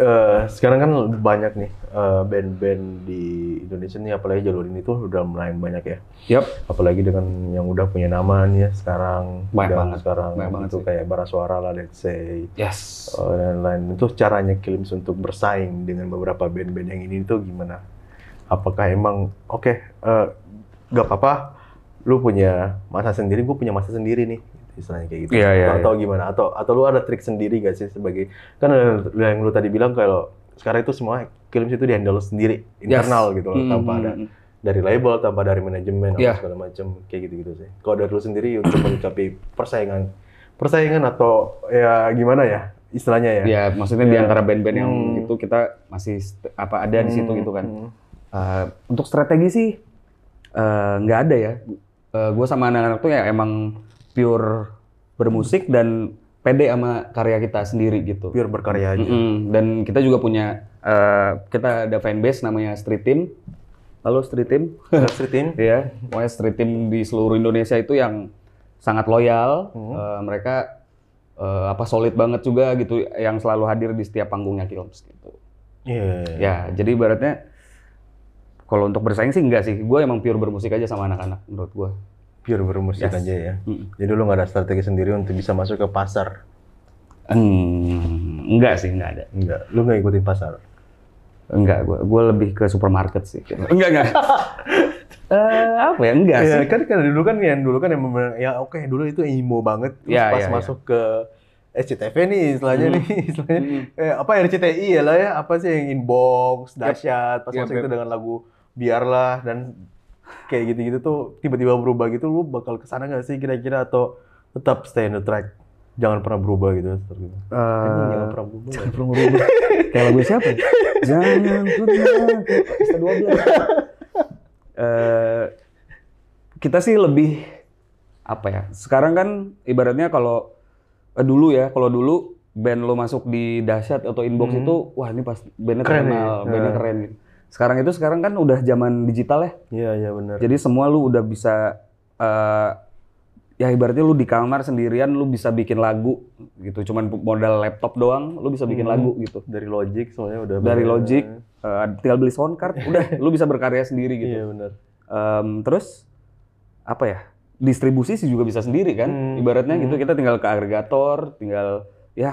Eh, sekarang kan banyak nih eh, band-band di Indonesia nih apalagi jalur ini tuh udah mulai banyak ya yep apalagi dengan yang udah punya nama nih ya sekarang Banyak dan banget. sekarang Banyak banget itu sih. kayak bara suara lah let's say yes Oh, dan lain itu caranya Kilims untuk bersaing dengan beberapa band-band yang ini itu gimana? Apakah emang oke eh, nggak apa-apa lu punya masa sendiri, gue punya masa sendiri nih istilahnya kayak gitu. Iya, iya, atau, atau gimana? Atau atau lu ada trik sendiri gak sih sebagai kan ada yang lu tadi bilang kalau sekarang itu semua Kilims itu dihandle sendiri internal gitu loh tanpa Hmm. ada dari label tanpa dari manajemen atau Iya. segala macam kayak gitu-gitu sih. Kalau dari lu sendiri untuk menyikapi persaingan persaingan atau ya gimana ya istilahnya ya. ya maksudnya di Ya. antara band-band yang Hmm. itu kita masih st- apa ada di situ Hmm, gitu kan hmm. Eh, untuk strategi sih eh, nggak ada ya. gue sama anak-anak tuh ya emang pure bermusik dan pede sama karya kita sendiri gitu. Biar berkarya aja. Mm-mm. Dan kita juga punya eh, kita ada fanbase namanya Street Team. Halo Street Team. Street team. Iya, pokoknya street team di seluruh Indonesia itu yang sangat loyal. Hmm. Eh, mereka eh, apa solid banget juga gitu, yang selalu hadir di setiap panggungnya Kilms gitu. Iya. Ya, jadi ibaratnya kalau untuk bersaing sih enggak sih. Gue emang pure bermusik aja sama anak-anak menurut gue. Biar bermusik Yes. aja ya. Mm. Jadi lu nggak ada strategi sendiri untuk bisa masuk ke pasar. Hmm, enggak sih, enggak ada. Enggak, lu nggak ikutin pasar. Enggak, gue gue lebih ke supermarket sih. enggak, enggak. Eh, apa ya? Enggak Iya, sih. kan kan dulu kan yang dulu kan yang bener- ya oke dulu itu emo banget terus Iya, pas iya, masuk ke SCTV nih istilahnya Hmm. nih istilahnya Hmm. eh, apa RCTI ya lah ya apa sih yang inbox dahsyat pas Yap, masuk yap. itu dengan lagu biarlah dan kayak gitu-gitu tuh tiba-tiba berubah gitu lu bakal kesana nggak sih kira-kira atau tetap stay on the track jangan pernah berubah gitu seperti itu. Anjing, Eh, jangan pernah berubah ya. Belum berubah. Kayak lagu siapa? ya? Jangan pernah. Pesta 12. Eh, kita sih lebih apa ya? Sekarang kan ibaratnya kalau eh, dulu ya, kalau dulu band lo masuk di dahsyat atau inbox Hmm. itu, wah ini pas bandnya Keren keren, ya? bandnya Eh. keren. gitu. Sekarang itu sekarang kan udah zaman digital ya. iya iya benar Jadi semua lu udah bisa eh, ya ibaratnya lu di kamar sendirian lu bisa bikin lagu gitu. Cuman modal laptop doang lu bisa bikin Hmm. lagu gitu. dari logic soalnya udah bener. Dari Logic eh, tinggal beli sound card udah lu bisa berkarya sendiri gitu. iya benar Em, terus apa ya? Distribusi sih juga bisa sendiri kan. Hmm. Ibaratnya gitu Hmm. kita tinggal ke agregator, tinggal ya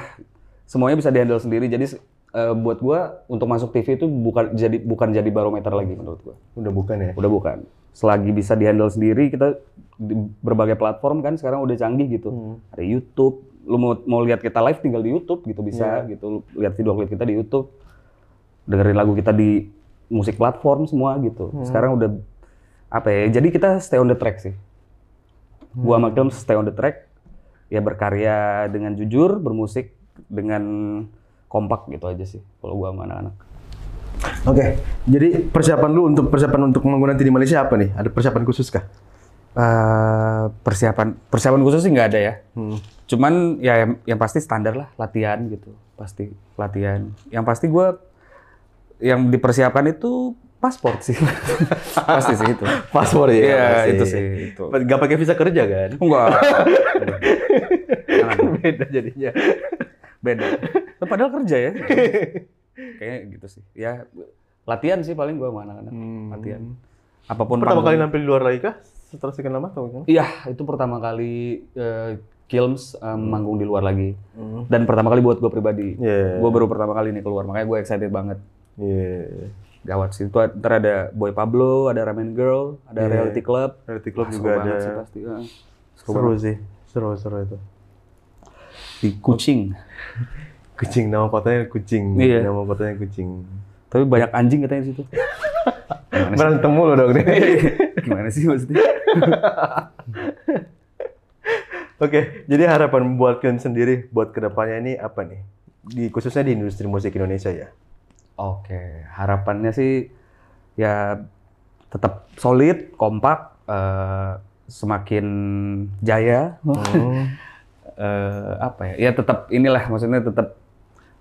semuanya bisa dihandle sendiri. Jadi eh, buat gua untuk masuk TV itu bukan jadi bukan jadi barometer lagi menurut gua. Udah bukan ya? Udah bukan. Selagi bisa dihandle sendiri, kita di berbagai platform kan sekarang udah canggih gitu. Ada YouTube, lu mau mau lihat kita live tinggal di YouTube gitu bisa gitu. Lu lihat video klip kita di YouTube. Dengerin lagu kita di musik platform semua gitu. Sekarang udah apa ya? Jadi kita stay on the track sih. Gua sama Kilm stay on the track. Ya berkarya dengan jujur, bermusik dengan kompak gitu aja sih kalau gua sama anak-anak. Oke, jadi persiapan lu untuk persiapan untuk manggung nanti di Malaysia apa nih? Ada persiapan khusus kah? eh persiapan persiapan khusus sih nggak ada ya. Hmm, Cuman ya yang, yang pasti standar lah latihan gitu, pasti latihan. Yang pasti gua yang dipersiapkan itu paspor sih, pasti sih itu. Paspor ya? Iya pasti. itu sih itu. Gak pakai visa kerja kan? Enggak Beda jadinya. beda. Lah, Padahal kerja ya. Kayaknya gitu sih. Ya latihan sih paling gua sama anak-anak ya. latihan. Apapun Hmm. Pertama panggung- kali nampil di luar lagi kah? Setelah sekian lama atau gimana? Iya, itu pertama kali eh, Kilms eh, manggung di luar lagi. Hmm. Dan pertama kali buat gue pribadi. Iya. Gue baru pertama kali nih keluar, makanya gue excited banget. Iya. Gawat sih, itu ntar ada Boy Pablo, ada Ramen Girl, ada Iya. Reality Club. Reality Club Wah, seru juga ada. banget sih pasti. eh. Seru Seru banget. sih. Seru-seru itu. Di Kucing. Kucing, nama kotanya Kucing. Iya. Nama kotanya Kucing. Tapi banyak anjing katanya di situ. Gimana sih? Barang temu lo dong nih. Gimana sih maksudnya? Oke, jadi harapan buat kalian sendiri buat kedepannya ini apa nih? Di khususnya di industri musik Indonesia ya. Oke, harapannya sih ya tetap solid, kompak, eh, semakin jaya. Oh. Eh, apa ya? Ya tetap inilah maksudnya tetap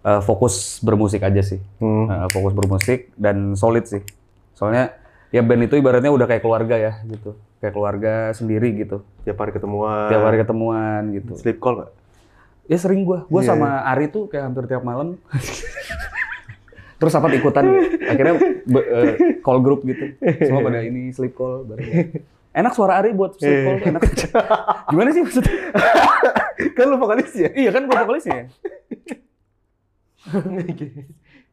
eh, fokus bermusik aja sih. Hmm. Eh, fokus bermusik dan solid sih. Soalnya ya band itu ibaratnya udah kayak keluarga ya gitu. Kayak keluarga sendiri gitu. Tiap hari ketemuan. Tiap hari ketemuan gitu. Sleep call nggak? Ya sering gua, gua Iya, sama Ari tuh kayak hampir tiap malam. Terus apa ikutan? Akhirnya be- eh, call group gitu. Semua pada ini sleep call bareng. Enak suara Ari Iya, buat sleep call, tuh enak. Gimana sih maksudnya? kan lu vokalis ya? iya kan gua vokalisnya. Oke,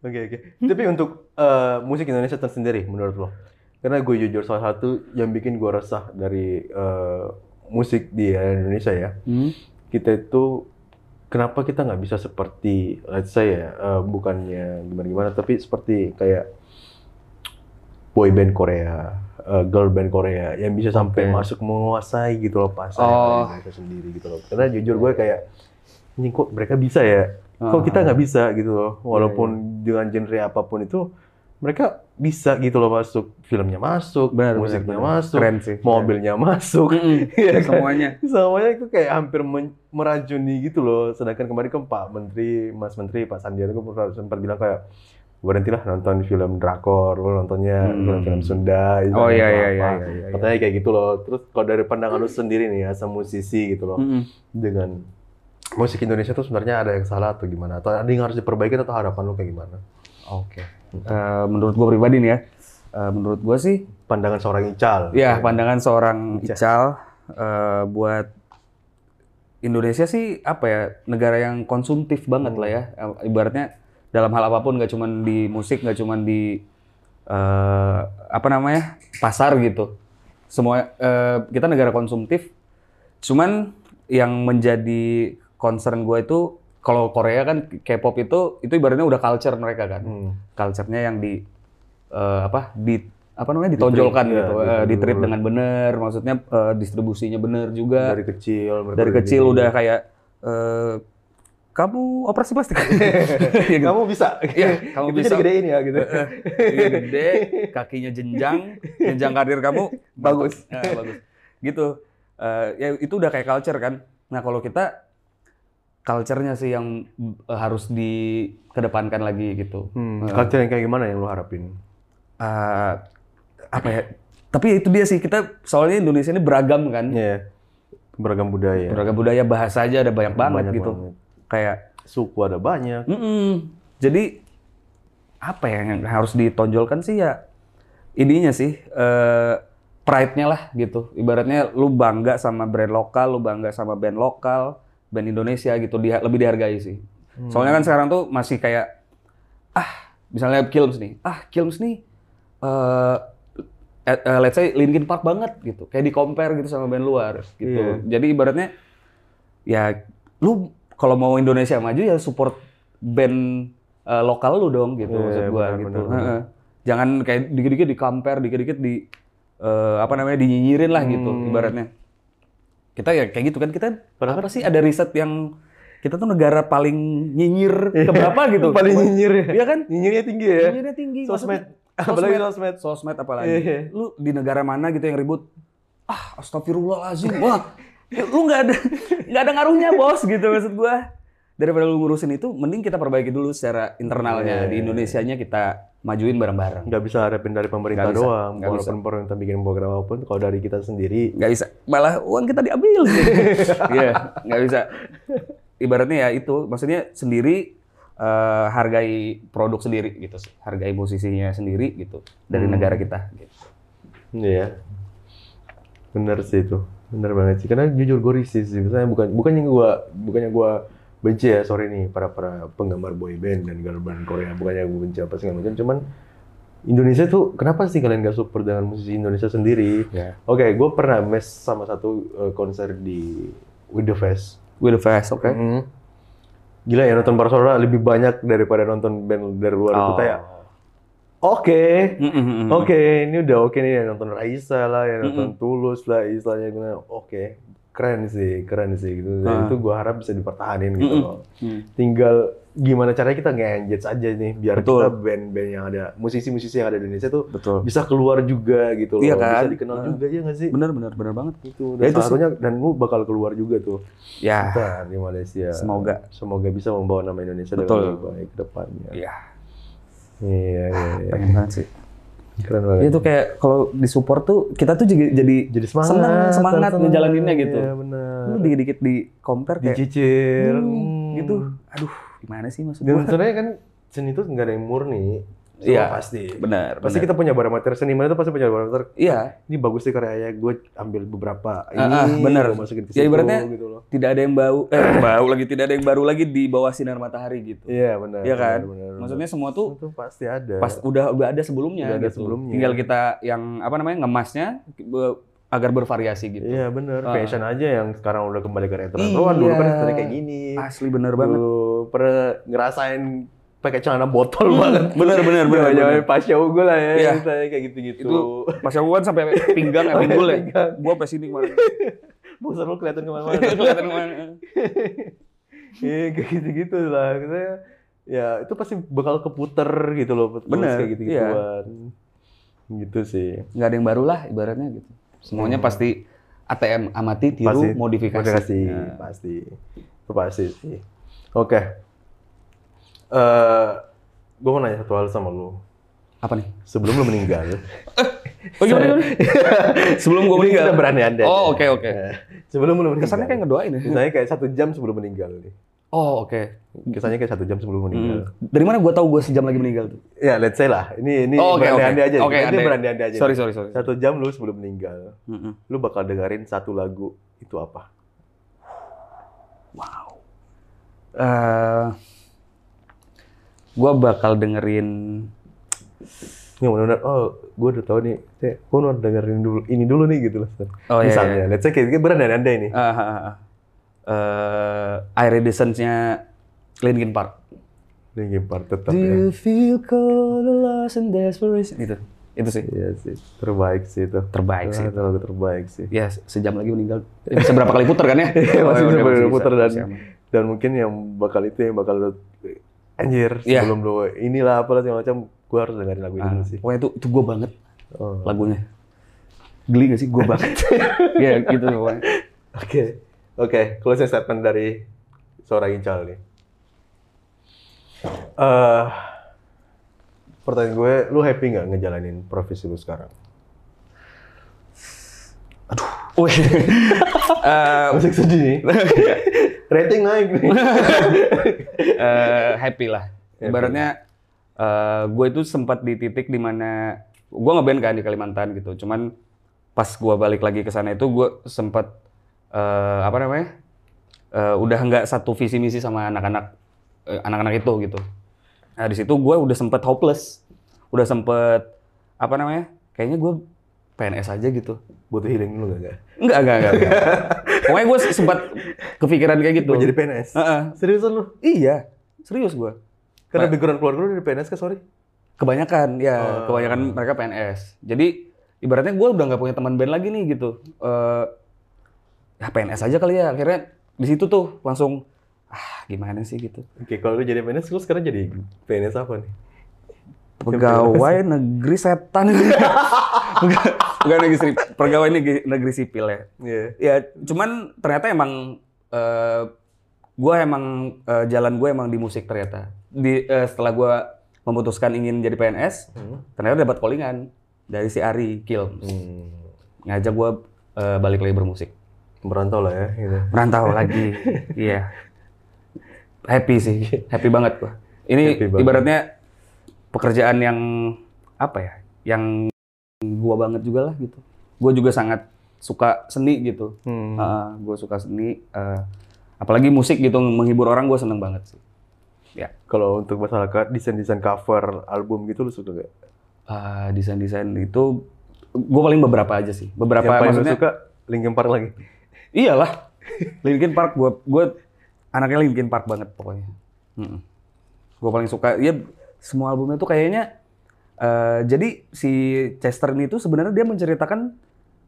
oke, oke. Tapi untuk eh, musik Indonesia tersendiri menurut lo? Karena gue jujur salah satu yang bikin gue resah dari eh, musik di Indonesia ya. Kita itu kenapa kita nggak bisa seperti let's say ya, eh, bukannya gimana-gimana tapi seperti kayak boy band Korea, eh, girl band Korea yang bisa sampai Oke. masuk menguasai gitu loh pasar Oh. mereka sendiri gitu loh. Karena jujur gue kayak ini kok mereka bisa ya? Kok Ah. Iya, kita nggak bisa gitu loh? Walaupun dengan genre apapun itu mereka bisa gitu loh masuk filmnya masuk, Benar, musiknya benar, benar. masuk, Keren sih. mobilnya masuk, Iya Iya, kan? semuanya. semuanya itu kayak hampir men- meracuni gitu loh. Sedangkan kemarin kan Pak Menteri, Mas Menteri, Pak Sandiaga gue pernah sempat bilang kayak berhentilah nonton film drakor, lu nontonnya Hmm. film-film Sunda, itu Oh, apa, iya, apa. iya, iya, iya, iya. Katanya kayak gitu loh. Terus kalau dari pandangan lu sendiri nih ya, sama musisi gitu loh, Mm-mm. dengan musik Indonesia tuh sebenarnya ada yang salah atau gimana? Atau ada yang harus diperbaiki atau harapan lu kayak gimana? Oke. Eh, menurut gua pribadi nih ya. eh, menurut gua sih Pandangan seorang Ical. Ya, pandangan seorang Ical. Ical eh, buat Indonesia sih apa ya negara yang konsumtif banget lah ya. Eh, Ibaratnya dalam hal apapun nggak cuman di musik, nggak cuman di eh, apa namanya pasar gitu. Semua eh, kita negara konsumtif. Cuman yang menjadi concern gue itu kalau Korea kan K-pop itu itu ibaratnya udah culture mereka kan Hmm. culture-nya yang di eh, apa di apa namanya ditonjolkan Di-treat, gitu, ya, Eh, di treat di-treat. dengan benar, maksudnya eh, distribusinya benar juga. Dari, Dari kecil. mereka kecil dididik. udah kayak eh, kamu operasi plastik. ya, gitu. Kamu bisa. Iya, kamu Itu bisa. digedein ya gitu. Eh, eh, gede, kakinya jenjang, jenjang karir kamu Bagus. mantap. Eh, bagus. Gitu. Eh, ya itu udah kayak culture kan. Nah, kalau kita culture-nya sih yang eh, harus dikedepankan lagi gitu. Hmm, Eh, culture yang kayak gimana yang lu harapin? eh, apa ya? Tapi itu dia sih kita soalnya Indonesia ini beragam kan, Iya. Beragam budaya. beragam budaya bahasa aja ada banyak banget Banyak gitu. banget. Kayak, Suku ada banyak. mm-mm. jadi apa ya yang harus ditonjolkan sih ya ininya sih eh pride-nya lah gitu. Ibaratnya lu bangga sama brand lokal, lu bangga sama band lokal, band Indonesia gitu di, lebih dihargai sih. Soalnya kan sekarang tuh masih kayak ah misalnya Kilms nih, ah Kilms nih eh eh, eh, let's say Linkin Park banget gitu, kayak di compare gitu sama band luar gitu. Jadi ibaratnya ya lu kalau mau Indonesia maju ya support band eh, lokal lu dong gitu Iya, maksud gua benar, gitu. benar, benar. Heeh. Jangan kayak dikit-dikit di compare, dikit-dikit di eh, apa namanya dinyinyirin lah gitu Hmm. ibaratnya. Kita ya kayak gitu kan kita apa sih ada riset yang kita tuh negara paling nyinyir keberapa gitu. Iya. Paling nyinyir ya. Iya kan? Nyinyirnya tinggi ya. Nyinyirnya tinggi. Sosmed. maksudnya. Apalagi sosmed. Sosmed apalagi. Iya. Lu di negara mana gitu yang ribut? Ah, astagfirullahalazim. Wah, Ya, lu nggak ada nggak ada ngaruhnya bos gitu maksud gua. Daripada lu ngurusin itu, mending kita perbaiki dulu secara Iya. internalnya di Indonesianya kita majuin bareng-bareng. Nggak bisa harapin dari pemerintah Nggak bisa, doang. nggak Walaupun pemerintah bikin program apapun, kalau dari kita sendiri, Nggak bisa, malah uang kita diambil. Iya, nggak bisa. Ibaratnya ya itu, maksudnya sendiri eh, hargai produk sendiri gitu, sih. hargai musisinya sendiri gitu dari Hmm. negara kita. Gitu. Iya. Bener sih itu. Bener banget sih. Karena jujur gue risih sih. Misalnya bukan bukannya gue bukannya gue benci ya sorry nih para para penggemar boy band dan girl band Korea bukannya gue benci apa segala macam cuman Indonesia tuh kenapa sih kalian gak support dengan musisi Indonesia sendiri? Ya. Oke, gue pernah mes sama satu eh, konser di With The Fest. With the Fest, oke. Mm. Gila ya nonton para saudara lebih banyak daripada nonton band dari luar Oh. itu kayak oke. Mm-mm-mm. Oke, ini udah oke nih yang nonton Raisa lah, yang nonton Tulus lah, istilahnya gitu. Oke, keren sih, keren sih gitu. Dan Ah. Itu gua harap bisa dipertahanin gitu Mm-mm. loh. Hmm. Tinggal gimana caranya kita nge-engage aja nih biar Betul. kita band-band yang ada, musisi-musisi yang ada di Indonesia tuh Betul. bisa keluar juga gitu loh. Iya kan? Bisa dikenal Ah. juga ya nggak sih? Bener, bener, bener banget. Gitu. Dan Ya, itu sih. seharusnya dan lu bakal keluar juga tuh. Ya, Bentar di Malaysia. Semoga. Semoga bisa membawa nama Indonesia Betul. dengan lebih baik ke depannya. Iya, ya, iya, iya. pengen banget sih. Keren banget. Ah. Itu kayak kalau disupport tuh kita tuh jadi jadi, Jadi semangat. senang, semangat senang. ngejalaninnya gitu. Iya, benar. Lu dikit-dikit di compare kayak Dicicil. hmm, Hmm. gitu. Aduh, gimana sih maksud Dan gua? sebenarnya kan seni itu nggak ada yang murni. Semua Iya. pasti. Benar, Pasti kita punya barometer seniman itu pasti punya barometer. Iya, Ini bagus sih karyanya, gue ambil beberapa. Ini Ah, ah, benar. gua masukin ke Ya, situ, ibaratnya- gitu loh. tidak ada yang bau eh bau lagi tidak ada yang baru lagi di bawah sinar matahari gitu. Iya benar. Iya kan? benar, benar, benar. Maksudnya semua tuh itu pasti ada. pas udah udah ada sebelumnya Udah ada gitu. sebelumnya. Tinggal kita yang apa namanya ngemasnya be- agar bervariasi gitu. Iya benar. Ah. Fashion aja yang sekarang udah kembali ke retro. Iya. Wah, dulu kan sebenarnya kayak gini. Asli bener banget. Lu pernah ngerasain pakai celana botol banget. Bener bener bener. bener. Jangan-jangan pas show gue lah ya, Hmm. Iya. misalnya kayak gitu-gitu. Itu Mas Yawan sampai pinggang ya pinggul ya. Pinggang. Gua pas sini kemarin. Bosan lu kelihatan kemana-mana. Kelihatan kemarin. Iya, kayak gitu-gitu lah. Maksudnya, ya itu pasti bakal keputer gitu loh. terus Bener, iya. Kayak gitu-gituan. Gitu sih. Nggak ada yang baru lah ibaratnya gitu. Semuanya pasti ATM amati tiru Pasti modifikasi. modifikasi, Ya. Pasti. Itu pasti sih. Oke. Eh, gue mau nanya satu hal sama lu. Apa nih? Sebelum lu meninggal. Oh, gimana, gimana? Sebelum gua Ini meninggal. Kita berandai-andai. Oh, oke, oke. Eh, Sebelum lu meninggal. Kesannya kayak ngedoain ya. Misalnya kayak satu jam sebelum meninggal nih. Oh, oke. Kesannya kayak satu jam sebelum meninggal. Hmm. Dari mana gua tahu gua sejam lagi meninggal tuh? Ya, let's say lah. Ini ini Oh, oke, berandai-andai oke. aja. Oke, ini andai. berandai-andai aja. Sorry, sorry, sorry. Satu jam lu sebelum meninggal, Mm-mm. lu bakal dengerin satu lagu itu apa? Wow. Eh, gua bakal dengerin Yang benar oh, gue udah tahu nih, saya gue mau dengerin dulu ini dulu nih gitu loh. Oh, iya, Misalnya, let's say kayak gitu, kayak berandai-andai nih. eh ah, ah, ah. Eh, Air Editions-nya Linkin Park. Linkin Park tetap Do ya. you feel cold, lost and desperation? Itu, itu sih Iya sih, terbaik sih itu. terbaik sih. Itu lagu terbaik sih. Ya sejam lagi meninggal. Ya, Bisa berapa kali putar kan ya? Iya, masih Oh, ya, bisa udah, puter bisa, dan masih aman. dan mungkin yang bakal itu yang bakal lu- anjir Iya. Ah. sebelum lu inilah apalah segala macam gue harus dengerin lagu ini dulu sih. Pokoknya itu itu gue banget Oh. Oke. lagunya. Geli gak sih gue banget? ya gitu sih pokoknya. Oke, closing statement dari seorang Ical nih. Eh, pertanyaan gue, lu happy nggak ngejalanin profesi lu sekarang? Wih. Eh, Masih sedih nih. Rating naik nih. eh, happy lah. Happy. Ibaratnya gue itu sempat di titik dimana gue ngeband kan di Kalimantan gitu. Cuman pas gue balik lagi ke sana itu gue sempat eh, apa namanya? eh, udah nggak satu visi misi sama anak-anak eh, anak-anak itu gitu. Nah, di situ gue udah sempet hopeless, udah sempet apa namanya? Kayaknya gue PNS aja gitu. Butuh healing dulu gak? Enggak, enggak, enggak. enggak. Pokoknya gue sempat kepikiran kayak gitu. Mau jadi PNS? Heeh. Seriusan lu? Iya, serius gue. Karena background keluarga lu dari PNS kan, sorry? Oh. Kebanyakan, ya, kebanyakan mereka PNS. Jadi ibaratnya gue udah nggak punya teman band lagi nih gitu. Eh ya PNS aja kali ya. Akhirnya di situ tuh langsung ah gimana sih gitu. Oke, kalau lu jadi PNS, lu sekarang jadi PNS apa nih? Pegawai negeri setan. Enggak, enggak negeri pegawai negeri, negeri sipil ya. Iya. Ya, cuman ternyata emang eh, gua emang eh, jalan gue emang di musik ternyata. Di eh, setelah gua memutuskan ingin jadi PNS, ternyata dapat callingan dari si Ari Kilms. Hmm. Ngajak gua eh, balik lagi bermusik. Merantau lah ya, gitu. Merantau lagi. Iya. Happy sih. Happy banget gua. Ini Happy banget. ibaratnya pekerjaan yang apa ya? Yang gua banget juga lah gitu. Gua juga sangat suka seni gitu. Hmm. gue suka seni. eh, apalagi musik gitu menghibur orang gue seneng banget sih. Kalau untuk masalah ka- desain-desain cover album gitu, lu suka gak? Eh, Desain-desain itu gue paling beberapa aja sih. Beberapa Yang paling lu maksudnya. suka, Linkin Park lagi. Iyalah. Linkin Park gue gue anaknya Linkin Park banget pokoknya. Gue paling suka ya semua albumnya tuh kayaknya eh, jadi si Chester ini tuh sebenarnya dia menceritakan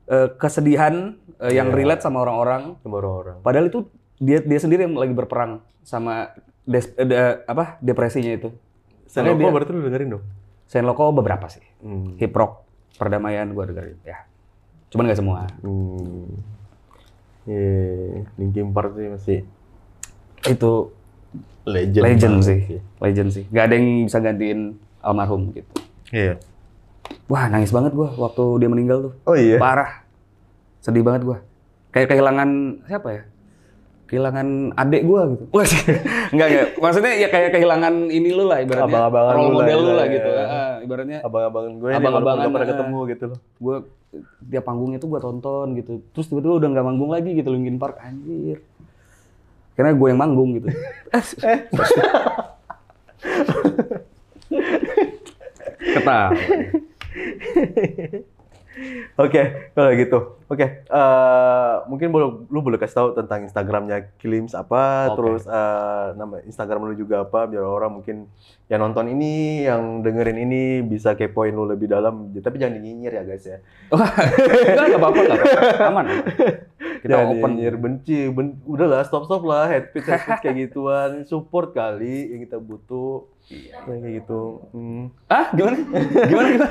eh, kesedihan eh, yang Iya. relate sama orang-orang. Sama orang-orang. Padahal itu dia dia sendiri yang lagi berperang sama des, eh, de- apa depresinya itu. Selain Makanya Loco dia- berarti lu dengerin dong? Saint Loco beberapa sih. Hmm. Hip Rock, Perdamaian gue dengerin ya. Cuman nggak semua. Hmm. Yeah. Linkin Park sih masih Itu legend. legend banget sih. Legend sih. Gak ada yang bisa gantiin almarhum gitu. Iya. Wah, nangis banget gua waktu dia meninggal tuh. Oh iya. Parah. Sedih banget gua. Kayak kehilangan siapa ya? Kehilangan adik gua gitu. Wah, sih. enggak enggak. Maksudnya ya kayak kehilangan ini lu lah ibaratnya. Abang-abangan lu role lah, model lu lah iya, gitu. iya. Ah, ibaratnya Abang-abangan gue nih walaupun Abang-abangan, gak pernah eh. ketemu gitu loh. gua tiap panggungnya tuh gua tonton gitu. Terus tiba-tiba udah nggak manggung lagi gitu Linkin Park anjir. Karena gue yang manggung gitu. Ketawa. Oke, kalau gitu. Oke, eh, mungkin boleh lu boleh kasih tahu tentang Instagramnya Kilims apa, Oke. terus eh, nama Instagram lu juga apa, biar orang mungkin yang nonton ini, yang dengerin ini bisa kepoin lu lebih dalam. Ya, Tapi jangan nyinyir ya guys ya. Enggak, enggak apa-apa, enggak apa-apa. Aman, aman. Kita jangan open. nyinyir, benci, ben- udahlah stop stop lah, head speech, head speech kayak gituan, support kali yang kita butuh. Iya. Kayak gitu. Hmm. Ah, gimana? Gimana gimana?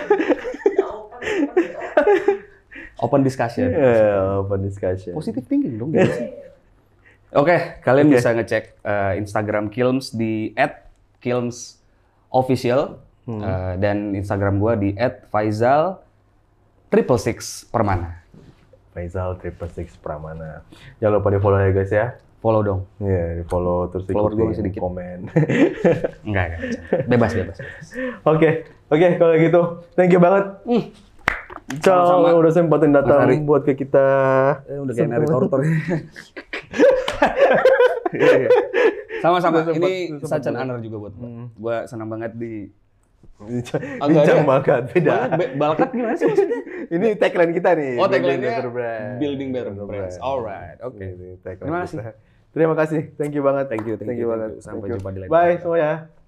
open discussion. Yeah, Iya, open discussion. Positive thinking dong. gimana sih? Oke, kalian Oke. bisa ngecek eh, Instagram Kilms di @kilmsofficial Hmm. eh, dan Instagram gua di @faizal triple six permana. Faisal Triple Six Pramana. Jangan lupa di follow ya guys ya. Follow dong. Iya, di follow terus Follower gua ikutin, masih dikit. komen. Enggak, enggak. Bebas, bebas. bebas. Oke, oke kalau gitu, thank you banget. Ciao, Hmm. Sama-sama. udah sempatin datang Mas Ari. buat ke kita. Eh, udah kayak narik tortor. Sama-sama. Udah sempet- Ini udah sempet such an banget. honor juga buat Hmm. gue. Gue senang banget di... Agak Bincang ada. banget, beda. Banget, be- Balkat gimana sih maksudnya? Ini tagline kita nih. Oh, Building tagline-nya Better Brand. Building Better Brands. Alright, oke. Ini tagline Terima kasih. kita. Terima kasih, thank you banget. Thank you, thank you, thank banget. you. Sampai Thank you. jumpa di lain Bye kesempatan. semuanya.